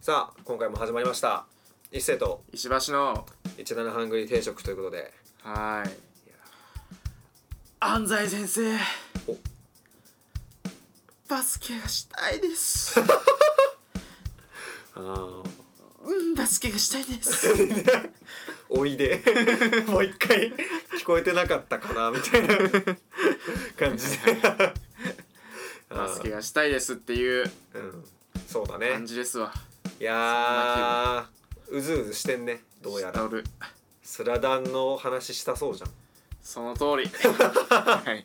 さあ今回も始まりました一世と石橋の17ハングリー定食ということではい安西先生おバスケがしたいです あうんバスケがしたいです おいで もう一回聞こえてなかったかなみたいな感 じでバスケあがしたいですっていうーうんそうだね感じですわいやーうずうずしてんねどうやら知っとるスラダンの話したそうじゃんその 通りはい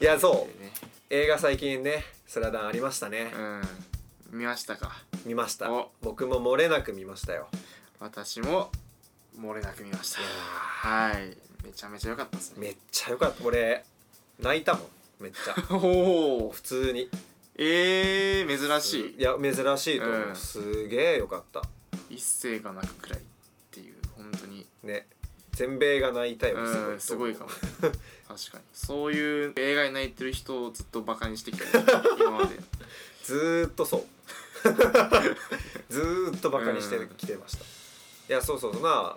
いやそうね映画最近ねスラダンありましたねうん見ましたか見ましたお僕も漏れなく見ましたよ私も漏れなく見ましたいやーはいめちゃめちゃ良かったですねめっちゃよかった俺泣いたもんめっち ゃおお普通にえー、珍しいいや珍しいと思う、うんすげえよかった一世が泣くくらいっていう本当にね全米が泣いたようんすごいと かも思う確かにそういう映画に泣いてる人をずっとバカにしてきた今 までずーっとそう ずーっとバカにしてきてました、いやそうそうまあ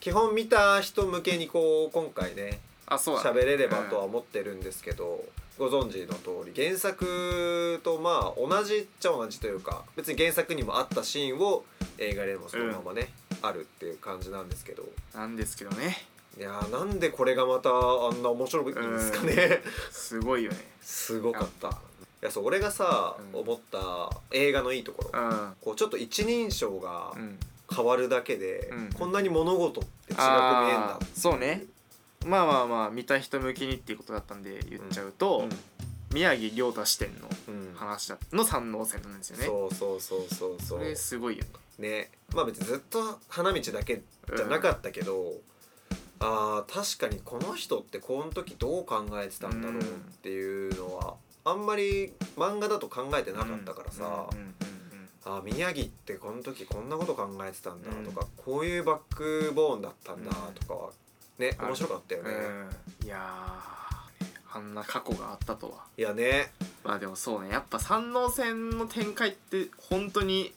基本見た人向けにこう今回ねあそうだ、喋れればとは思ってるんですけど、ご存知の通り原作とまあ同じっちゃ同じというか別に原作にもあったシーンを映画でもそのままね、あるっていう感じなんですけどなんですけどねいやーなんでこれがまたあんな面白いんですかねすごいよねすごかったいやそう俺がさ、うん思った映画のいいところ、うんこうちょっと一人称がうん変わるだけで、うんこんなに物事って違く見えんだあーそうねまあまあまあ見た人向けにっていうことだったんで言っちゃうと、宮城亮太視点のうん話だの三能線なんですよねそうそうそうそうそそうれすごいよねねまあ別にずっと花道だけじゃなかったけど、あー確かにこの人ってこの時どう考えてたんだろうっていうのは、あんまり漫画だと考えてなかったからさ、うんうんうんあー宮城ってこの時こんなこと考えてたんだとか、こういうバックボーンだったんだとかはね、うん面白かったよね。うんうんいやーねあんな過去があったとはいやねまあでもそうねやっぱ三能線の展開って本当に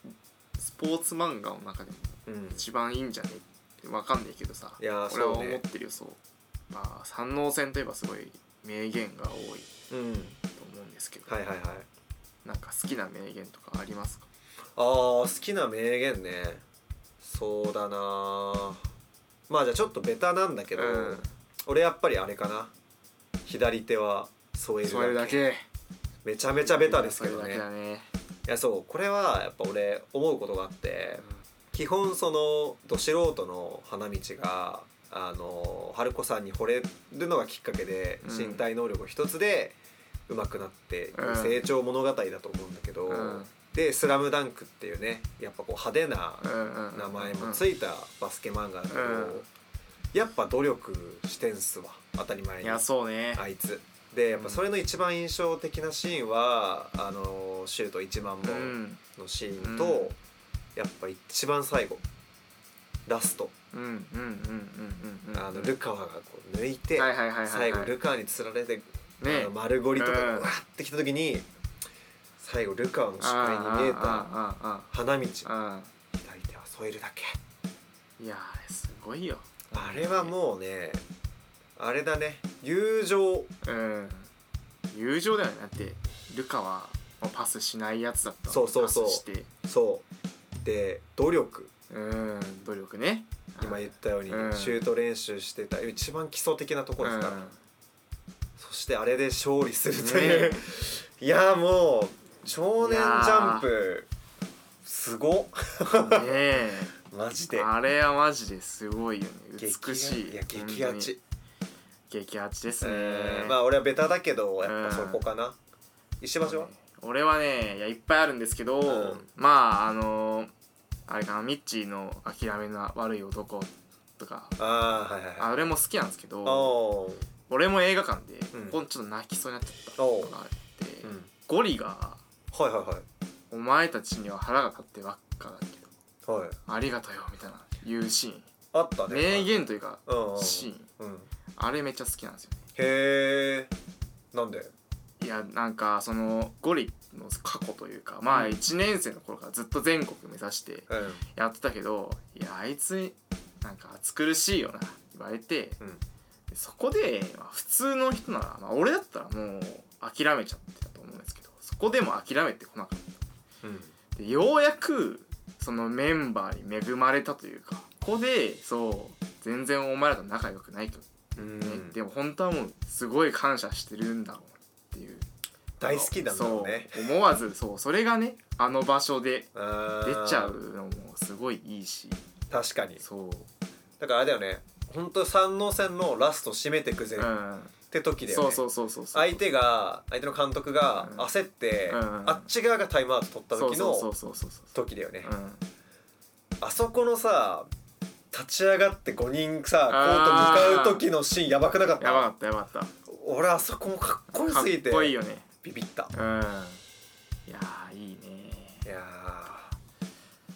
スポーツ漫画の中でもうん一番いいんじゃねわかんないけどさいやー俺はそう思っね、てるよそうまあ三能線といえばすごい名言が多いうん、と思うんですけど、はいはいはいなんか好きな名言とかありますかあー好きな名言ねそうだなーまあじゃあちょっとベタなんだけど、うん俺やっぱりあれかな左手は添えるそだけれだけめちゃめちゃベタですけどそれねだけだね、いやそうこれはやっぱ俺思うことがあって基本そのど素人の花道があの春子さんに惚れるのがきっかけでうん身体能力一つで上手くなっていく成長物語だと思うんだけど、うんうんで「スラムダンクっていうねやっぱこう派手なうんうん名前もいついたバスケ漫画だけど、うんやっぱ努力してんすわ当たり前にやそうねあいつでやっぱそれの一番印象的なシーンはあのシュート1万う本んのシーンと、うんやっぱ一番最後ラスト、うんうんうんうんうんあのルカワがこう抜いて、はいはいはいはいはい最後ルカワにつられて、あねの丸ゴリとかうんうわってきた時に最後ルカワの視界に見えたあーあーあーあー花道あーうん左手は添えるだけいやーあれすごいよあれはもうねあれだね友情うん友情だよねだってルカはまあパスしないやつだったのそうそうそうパスしてそうで努力うん努力ね今言ったように、うんシュート練習してた一番基礎的なところですから、うんそしてあれで勝利するといねう、いやもう少年ジャンプすごっね えマジであれはマジですごいよね激美しいいや激ア本当チに、激アチですね、えーまあ俺はベタだけどやっぱそこかな、石橋は、俺はねいやいっぱいあるんですけど、うんまああのーあれかなミッチーの「諦めの悪い男」とかああはいはいはいあれも好きなんですけどおー俺も映画館で、うんここちょっと泣きそうになっちゃったことがあって、うんゴリがはいはい「お前たちには腹が立ってばっかだけどはいはいありがとよ」みたいないうシーンあったね名言というかうんうんシーンうんあれめっちゃ好きなんですよねへえなんでいいやなんかそのゴリの過去というかまあうん1年生の頃からずっと全国目指してうんやってたけどいやあいつなんか暑苦しいよなって言われてうんそこで、まあ、普通の人なら、まあ、俺だったらもう諦めちゃってたと思うんですけどそこでも諦めてこなかっうんたでようやくそのメンバーに恵まれたというかここでそう全然お前らと仲良くないけどうんね、でも本当はもうすごい感謝してるんだろうっていう大好きなんだろうねそう思わずそうそれがねあの場所で出出ちゃうのもすごいいいし確かにそうだからあれだよね本当三能戦のラスト締めてくぜうん、っそて時だよね、うそうそうそうそう相手が相手の監督がうん焦って、うんあっち側がタイムアウト取った時そのうそうそうそうそうそう時だよね、うんあそこのさ立ち上がって5人さコート向かう時のシーンやばくなかっやばかたったやばかっ俺あそこもかったこよすぎてかっこいいよねビビったうんいやーいいねいや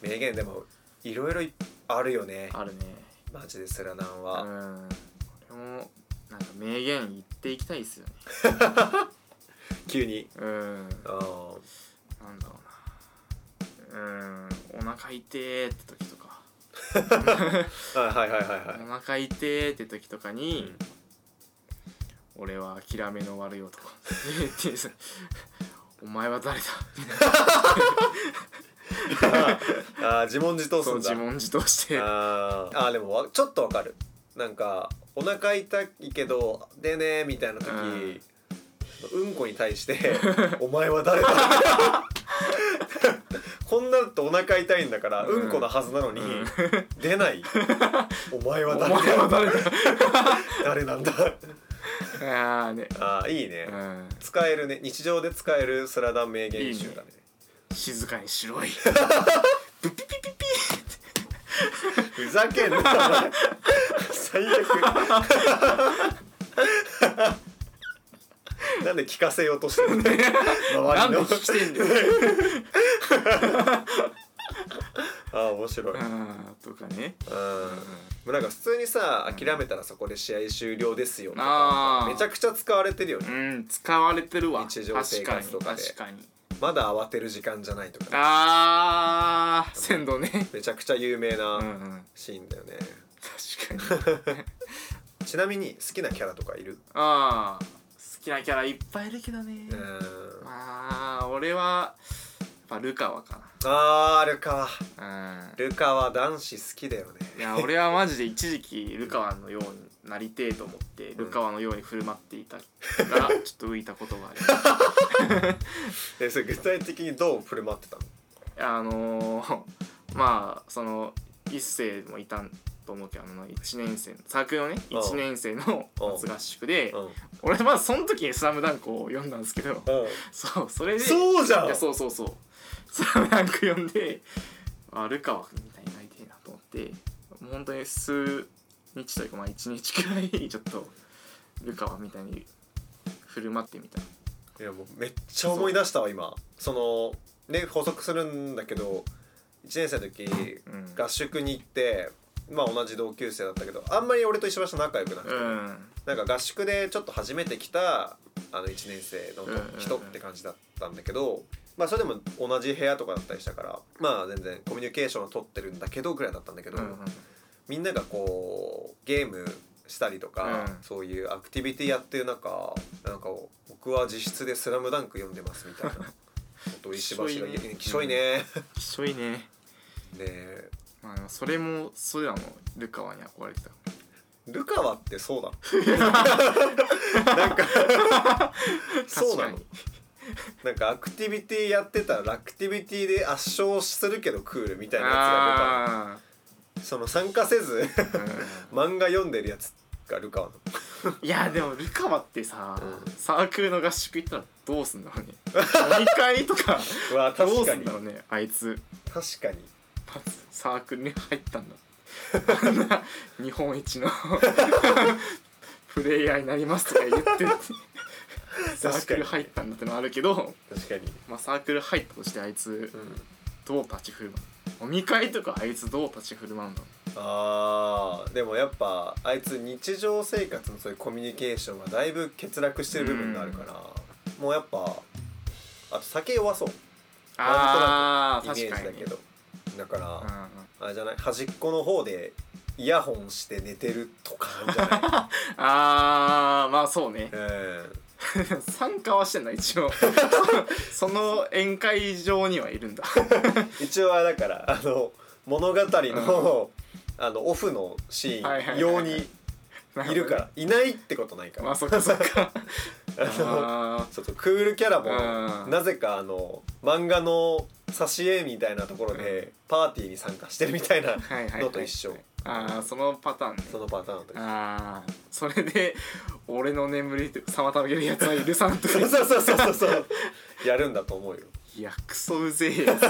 ー名言でもいろいろあるよねあるねマジでスラナンうは、んこれもなんか名言言っていきたいですよね急にうんうんなんだろうなうーんお腹痛えって時とか、はいはいはいはいはいお腹痛えって時とかに、うん俺は諦めの悪い男って言ってお前は誰だあー自問自答すそるうんだ自問自答してあーあーでもわちょっとわかるなんかお腹痛いけどでねーみたいな時、うんうんこに対して 「お前は誰だ?」 こんなだとお腹痛いんだから、ううんん、このはずなのに、うん出ない「お前おは前誰だは誰だ誰なんだあーねあーいいね、うん使えるね日常で使えるスラダン名言集だね静かにしろいふざけんなお前最悪なんで聞かせようとしてるんだよな周んりでの聞きてんだよ、ああ面白い、う、うんん、とかね、もうなんか普通にさ諦めたらそこで試合終了ですよとあかーめちゃくちゃ使われてるようねん、使われてるわ日常生活とかで確かに確かにまだ慌てる時間じゃないとかねあー鮮度ねめちゃくちゃ有名うんうなんシーンだよね、確かにちなみに好きなキャラとかいるああ好きなキャラいっぱいいるけどねうんまあ俺はやっぱルカワかあールカワなうんルカは男子好きだよねいや俺はマジで一時期ルカワのようになりてえと思ってルカワのように振る舞って いたからちょっと浮いたことがありますでそれ具体的にどう振る舞ってたのあのー、 まあその一世もいたと思うけどあの1年生のサークルのねうん1年生の夏合宿でうん俺まあその時に「スラムダンクを読んだんですけどそうそれでそうじゃんいやそうそうそう「スラムダンク読んであルカワみたいになりたいなと思ってもう本当に数日というかまあ1日くらいちょっとルカワみたいに振る舞ってみたいやもうめっちゃ思い出したわ今そのね補足するんだけど1年生の時うん合宿に行ってまあ同じ同級生だったけどあんまり俺と一緒場所仲良くなくて、うんなんか合宿でちょっと初めて来たあの1年生の人って感じだったんだけど、まあそれでも同じ部屋とかだったりしたからまあ全然コミュニケーションを取ってるんだけどぐらいだったんだけど、うんみんながこうゲームしたりとか、うんそういうアクティビティやってる中なんか僕は実質で「スラムダンク読んでますみたいな ことを石橋が言ってききししょょいいねね。きしょいねでまあでもそれもそれらもルカワに憧れてたルカワってそうだ なんか そうな確のかなんかアクティビティやってたらアクティビティで圧勝するけどクールみたいなやつがあルカワその参加せず ー漫画読んでるやつがルカワなのうんいやでもルカワってさ、うんサークルの合宿行ったらどうすんだろうね飲み会とかうわど確うかすんにだろうねあいつ確かにまずサークルに入っ たんだこんな日本一の プレイヤーになりますとか言ってサークル入ったんだってのはあるけど、確かに、まあ、サークル入ったとしてあいつうんどう立ち振る舞う飲み会とかあいつどう立ち振る舞うんだろうあーでもやっぱあいつ日常生活のそういうコミュニケーションはだいぶ欠落してる部分があるから、もうやっぱあと酒弱そうああイメー確ジかだにけどだから、うんうんあれじゃない端っこの方でイヤホンして寝てるとかなんじゃない、あーまあそうね うん、参加はしてんだ一応 その宴会場にはいるんだ一応はだからあの物語の,、あのオフのシはいはーいン用はいはいにいるからいないってことないから、 まあそっかそっか あのあそうそうクールキャラうもんなぜかあの漫画の挿絵みたいなところでパーティーに参加してるみたいなーはいはいはいのと一緒ああそのパターンねそのパターンと一緒ああそれで俺の眠り妨げるやつは許さんと かそうそうそうそうそうやるんだと思うよいやクソうぜえやつ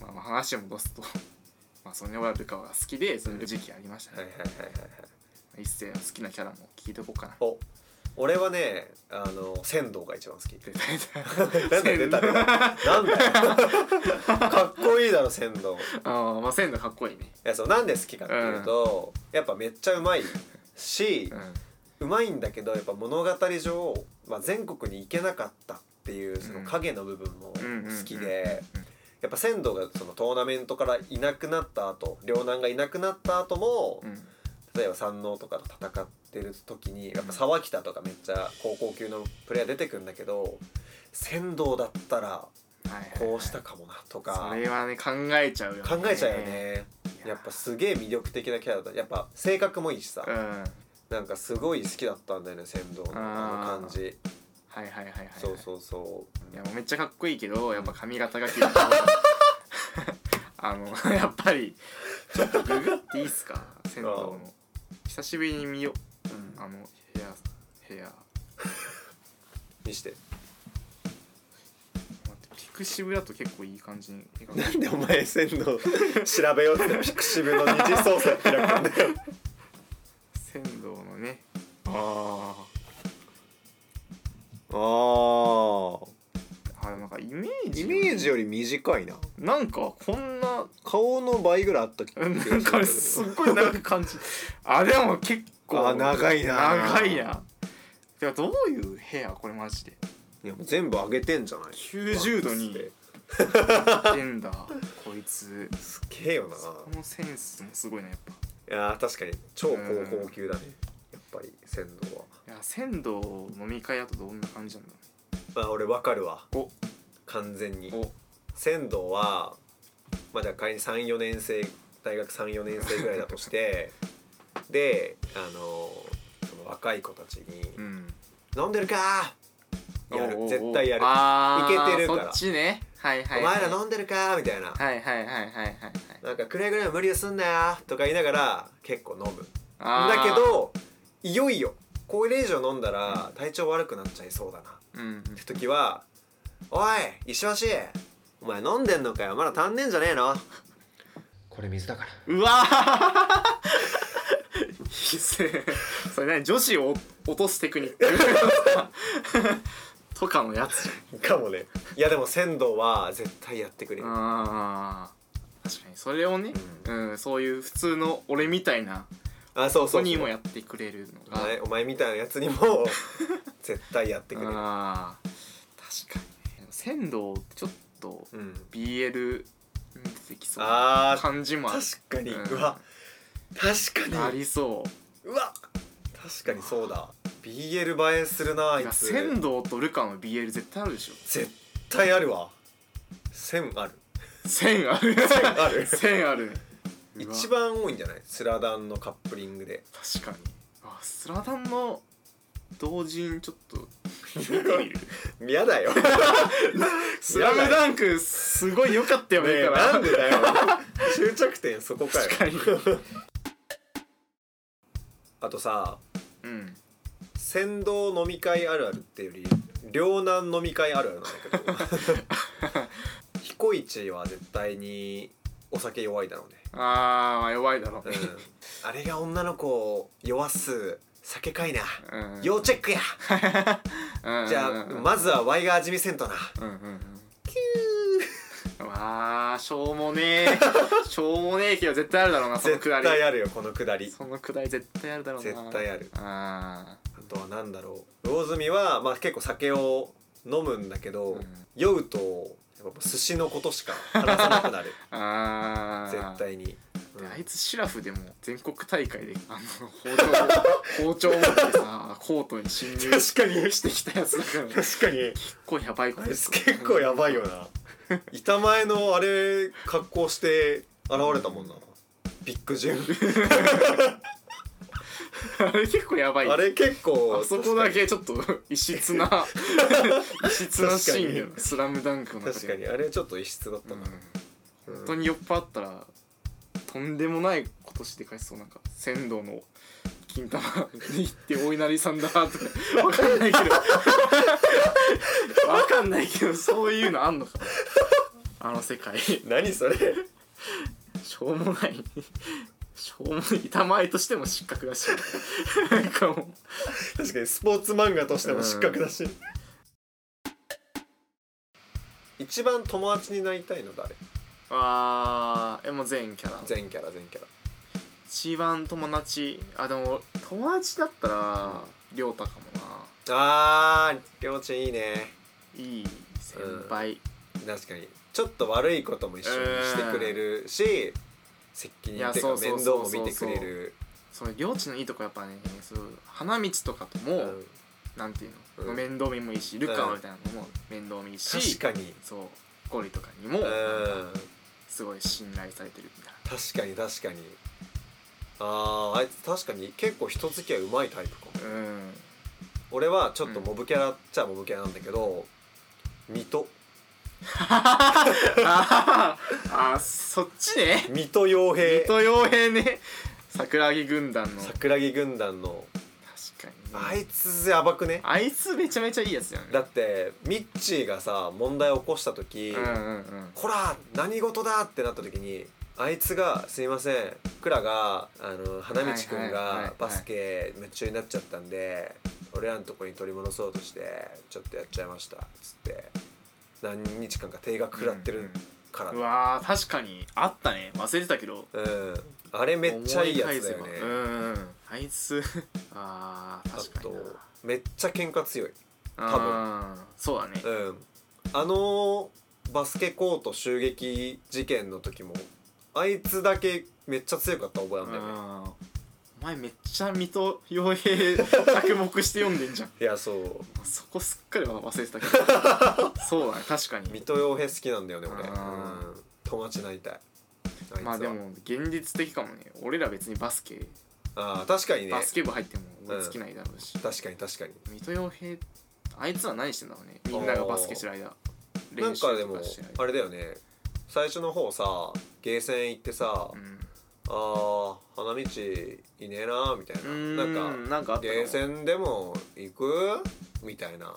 まあまあ話を戻すと まあそれはルカは好きでそういう時期ありましたはいねはい、はいはいはい一世の好きなキャラも聞いておこうかなお俺はねあの仙道が一番好 き出た出たなんだ出た出たなんだよかっこいいだろ仙道ああまあ鮮度かっこいいねいやそうなんで好きかっていうと、やっぱめっちゃうまいしう、んうまいんだけどやっぱ物語上、まあ、全国に行けなかったっていうその影の部分も好きでやっぱ仙道がそのトーナメントからいなくなった後両南がいなくなった後もうんうん例えば山王とかと戦ってる時にやっぱ沢北とかめっちゃ高校級のプレイヤー出てくるんだけど仙道だったらはいはいはいこうしたかもなとかそれはね考えちゃうよね考えちゃうよね。いやっぱすげえ魅力的なキャラだやっぱ性格もいいしさ、うんはいなんかすごい好きだったんだよね仙道のあの感じはいはいはいそうそうそういやもうめっちゃかっこいいけどやっぱ髪型が切れ あのやっぱりちょっとググっていいっすか銭湯の久しぶりに見ようあの部屋部屋見して待ってピクシブだと結構いい感じに描かれなてんでお前仙道調べようってピクシブの二次創作開くんだよ仙道のねああああでもなんかイメージイメージより短いななんかこんな顔の倍ぐらいあった気がうんすなるんかすっごい長く感じあでも結構あ長いな長いなてかどういう部屋これマジでいやもう全部上げてんじゃない90度にってんだこいつすげえよなそのセンスもすごいなやっぱいやー確かに超高校級だねやっぱり仙道はいや仙道飲み会だとどんな感じなんだまあ俺わかるわろ完全にうね仙道はまあじゃあ仮に34年生大学34年生ぐらいだとして であのその若い子たちにおうん「飲んでるか!」やる絶対やる「あーいけてるからそっちねはいはいおはい前ら飲んでるか!」みたいなはいはいはいはいはいはい「なんかくれぐれも無理すんなよ」とか言いながら結構飲むあーだけどいよいよこれ以上飲んだら体調悪くなっちゃいそうだなっうんうんて時は「おい石橋お前飲んでんのかよまだ足んねえんじゃねえ の?」これ水だからうわー それ何女子を落とすテクニック とかのや つじかもねいやでも仙道は絶対やってくれゃる、んあー確かにそれをね、うん、そういう普通の俺みたいなあそうそそうそうこにもやってくれるのがねお前みたいなやつに も絶対やってくれるあー確かにね仙道ってちょっとうん BL に出てきそうなあー感じもある確かに、ううんわ確あかにりそううわ確かにそうだ BL 映えするなあいいやつ仙道とルカの BL 絶対あるでし ょ絶対あるわ1000ある仙 ある1000ある仙あるうわ一番多いんじゃないスラダンのカップリングで確かにあスラダンの同人ちょっと見てみる 嫌 だよスラムダンクすごい良かったよねねえからなんでだよ終着点そこかよ確かにあとさうん先導飲み会あるあるっていうより両南飲み会あるあるなんだけど彦一は絶対にお酒弱いだろうね、あーまあ弱いだろううんね、あれが女の子を弱す酒かいな、うん要チェックや、じゃあ、うんうんうんまずはワイが味見せんとなうんうんうんわあしょう もねえしょうもねえけど絶対あるだろうなその絶くだ対りあるよこのくだりそのくだり絶対あるだろうな絶対あるああとは何だろう魚住は、まあ、結構酒を飲むんだけど、うん酔うとやっぱ寿司のことしか話さなくなる ああ絶対に、うんであいつシラフでも全国大会であ の包丁包丁持ってさコートに侵入し確かにてきたやつだから結確かに構やばいこあといつ結構やばいよな板前のあれ格好して現れたもんなビッグジムあれ結構やばいあれ結構あそこだけちょっと異 質な異質なシーンよ確かスラムダンクの中で確かにあれちょっと異質だったうんな、うん本当に酔っ払ったらとんでもないことして返しそうなんか仙道の金玉に行ってお稲荷さんだとかわかんないけどわかんないけどそういうのあんのかあの世界し何それょうもないしょうもない板前としても失格だしなんかもう確かにスポーツ漫画としても失格だし、一番友達になりたいの誰あーえもう全キャラ全キャラ全キャラ一番友達あでも友達だったら亮太かもなあーりょうちんいいねいい先輩、確かにちょっと悪いことも一緒にしてくれるし責任っていういやそうかそう面そ倒うも見てくれるその領地のいいとこやっぱねそう花道とかとも、うんなんていううの、ん面倒見もいいしルカみたいなのも面倒見いいし、確かにそうゴリとかにもうんなんかすごい信頼されてるみたい確かに確かにあーあいつ確かに結構人付き合いうまいタイプかもなうん俺はちょっとモブキャラっちゃモブキャラなんだけど水戸あーあーそっちね水戸洋水平戸洋平ね桜木軍団の確桜木軍団のかあにねいつやばくねあいつめちゃめちゃいいやつだよねだってミッチーがさ問題起こした時うんうんうんこら何事だってなった時にあいつが「すいませんクラがあの花道くんはいはいはいはがいバスケ夢中になっちゃったんで俺らのとこに取り戻そうとしてちょっとやっちゃいました」っつって何日間か定額食らってるからうんうわー確かにあったね忘れてたけどうんあれめっちゃいいやつだよ思い返ねせばうんうんあいつ あーあ確かにとめっちゃ喧嘩強いな多分分そうだねうんあのバスケコート襲撃事件の時もあいつだけめっちゃ強かった覚えあんだよねうんお前めっちゃ水戸洋平着目して読んでんじゃん いやそうそこすっかり忘れて たけどそうだね確か水に戸洋平好きなんだよね俺、うあーん、友達になりたいいつはまあでも現実的かもね俺ら別にバスケあー確かにねバスケ部入っても追いつきないだろうし確かに確かに水戸洋平あいつは何してんだろうねみんながバスケしてる間なん練習かでともかしてる間あれだよね最初の方さゲーセン行ってさ、うんあー花道いねえなみたいななんかなんかあったゲーかセンでも行くみたいな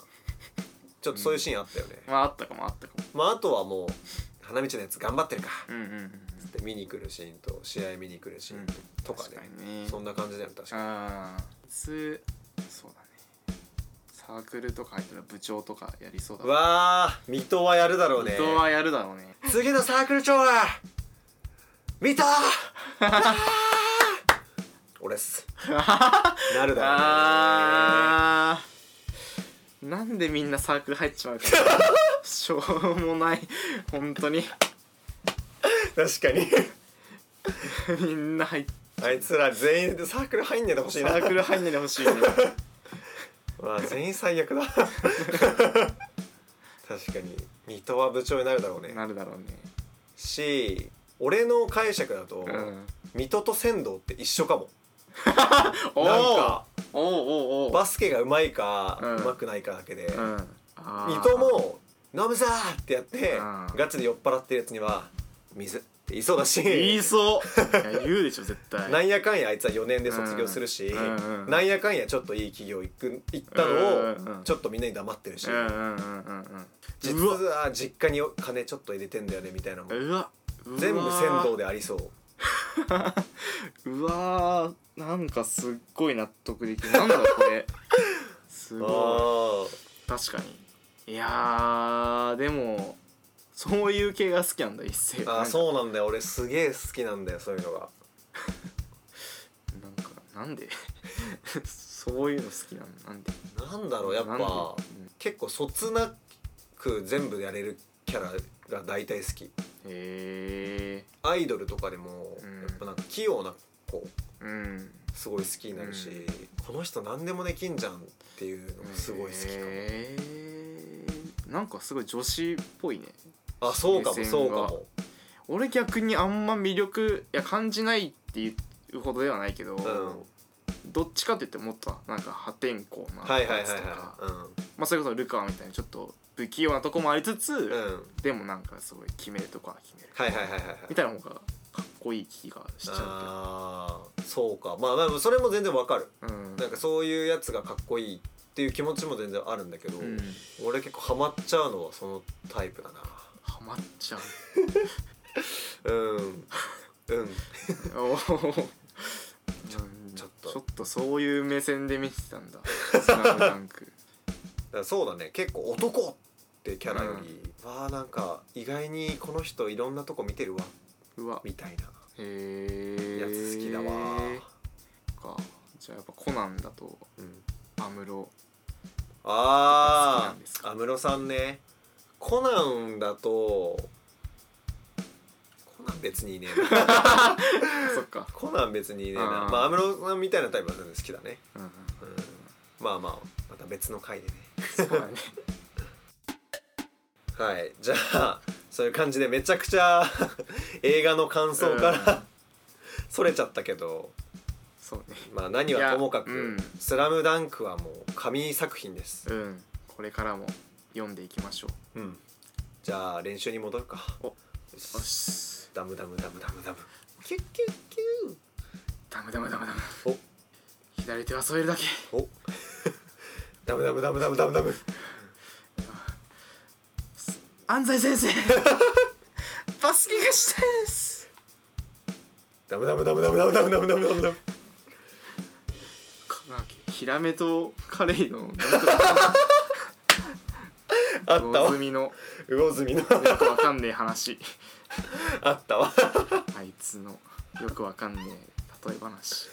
ちょっとそういうシーンあったよね、もまああったかもあったかもまああとはもう花道のやつ頑張ってるかうんうんうんって見に来るシーンと試合見に来るシーンとか確ね、かにねそんな感じだよね確かにああつそうだねサークルとか入ったら部長とかやりそうだうわー水戸はやるだろうね人はやるだろうね次のサークル長は水戸俺っすなるだろうねあーなんでみんなサークル入っ ちまうかしょうもない本当に確かにみんな入っあいつら全員でサークル入んねえでほしいサなークル入んないでほしいねまあ全員最悪だ 確かに水戸は部長になるだろうねなるだろうねし俺の解釈だと、うん水戸と仙道って一緒かもおなんーかおーおーおーバスケがうまいかうんうま、くないかだけで、うんあー水戸も「飲むぞ!」ってやってうんガチで酔っ払ってるやつには「水」って言いそうだし言いそういや言うでしょ絶対なんやかんやあいつは4年で卒業するし、うんうんうんなんやかんやちょっといい企業行く行ったうんうんうのんをちょっとみんなに黙ってるし、うんうんうんうんうん実は実家に金ちょっと入れてんだよねみたいなのもうわうわ全部仙道でありそううわーなんかすっごい納得できるなんだろうこれすごあーい確かにいやーでもそういう系が好きなんだ一世あーうそうなんだよ俺すげえ好きなんだよそういうのがなんかなんでそ そういうの好きなんなんでなんだろうやっなんでぱ結構そつなく全部やれるキャラが大体好きうんへえアイドルとかでもうんやっぱなんか器用な子うんすごい好きになるし、うこの人何でもできんじゃんっていうのもすごい好きかも、へえなんかすごい女子っぽいねあそうかも目線がそうかも俺逆にあんま魅力いや感じないっていうほどではないけど、うどっちかって言ってもっとなんか破天荒んはいなはいやはいつとはかいうんまあそれこそルカワみたいにちょっと不器用なとこもありつつ、うんでもなんかすごい決めるとこは決めるはいはいはいはいみたいな方がかっこいい気がしちゃああーそうかまあまあそれも全然わかるうけどうんなんかそういうやつがかっこいいっていう気持ちも全然あるんだけど、うん俺結構ハマっちゃうのはそのタイプだなハマっ ちゃううんうんおーうんちょっとちょっとそういう目線で見てた んだ「スラムダンクだからそうだね結構男ってキャラより、わあなんか意外にこの人いろんなとこ見てるわうわみたいなへえやつ好きだわ、かじゃあやっぱコナンだとうん、アムロ好きなあんですあか安室さんねコナンだとコナン別にいね えなそっか、コナン別にいねえなあーまあ安室さんみたいなタイプは全然好きだね、うん、うん、まあまあまた別の回でねそうだねはいじゃあそういう感じでめちゃくちゃ 映画の感想から、うんそれちゃったけどそうねまあ何はともかく「いやうんスラムダンクはもう神作品です、うんこれからも読んでいきましょうん、じゃあ練習に戻るかおようよししダムダムダムダムダムキュッキュッキュダメダメダメダメお左手は添えるだけおダムダムダムダムダムダム安西先生バスケがしたいですダムダムダムダムダムダムダムダムダムダムなんだっけヒラメとカレイのなんとあっかた魚わ住の魚住のよくわかんねえ話あったわあいつのよくわかんねえ例え話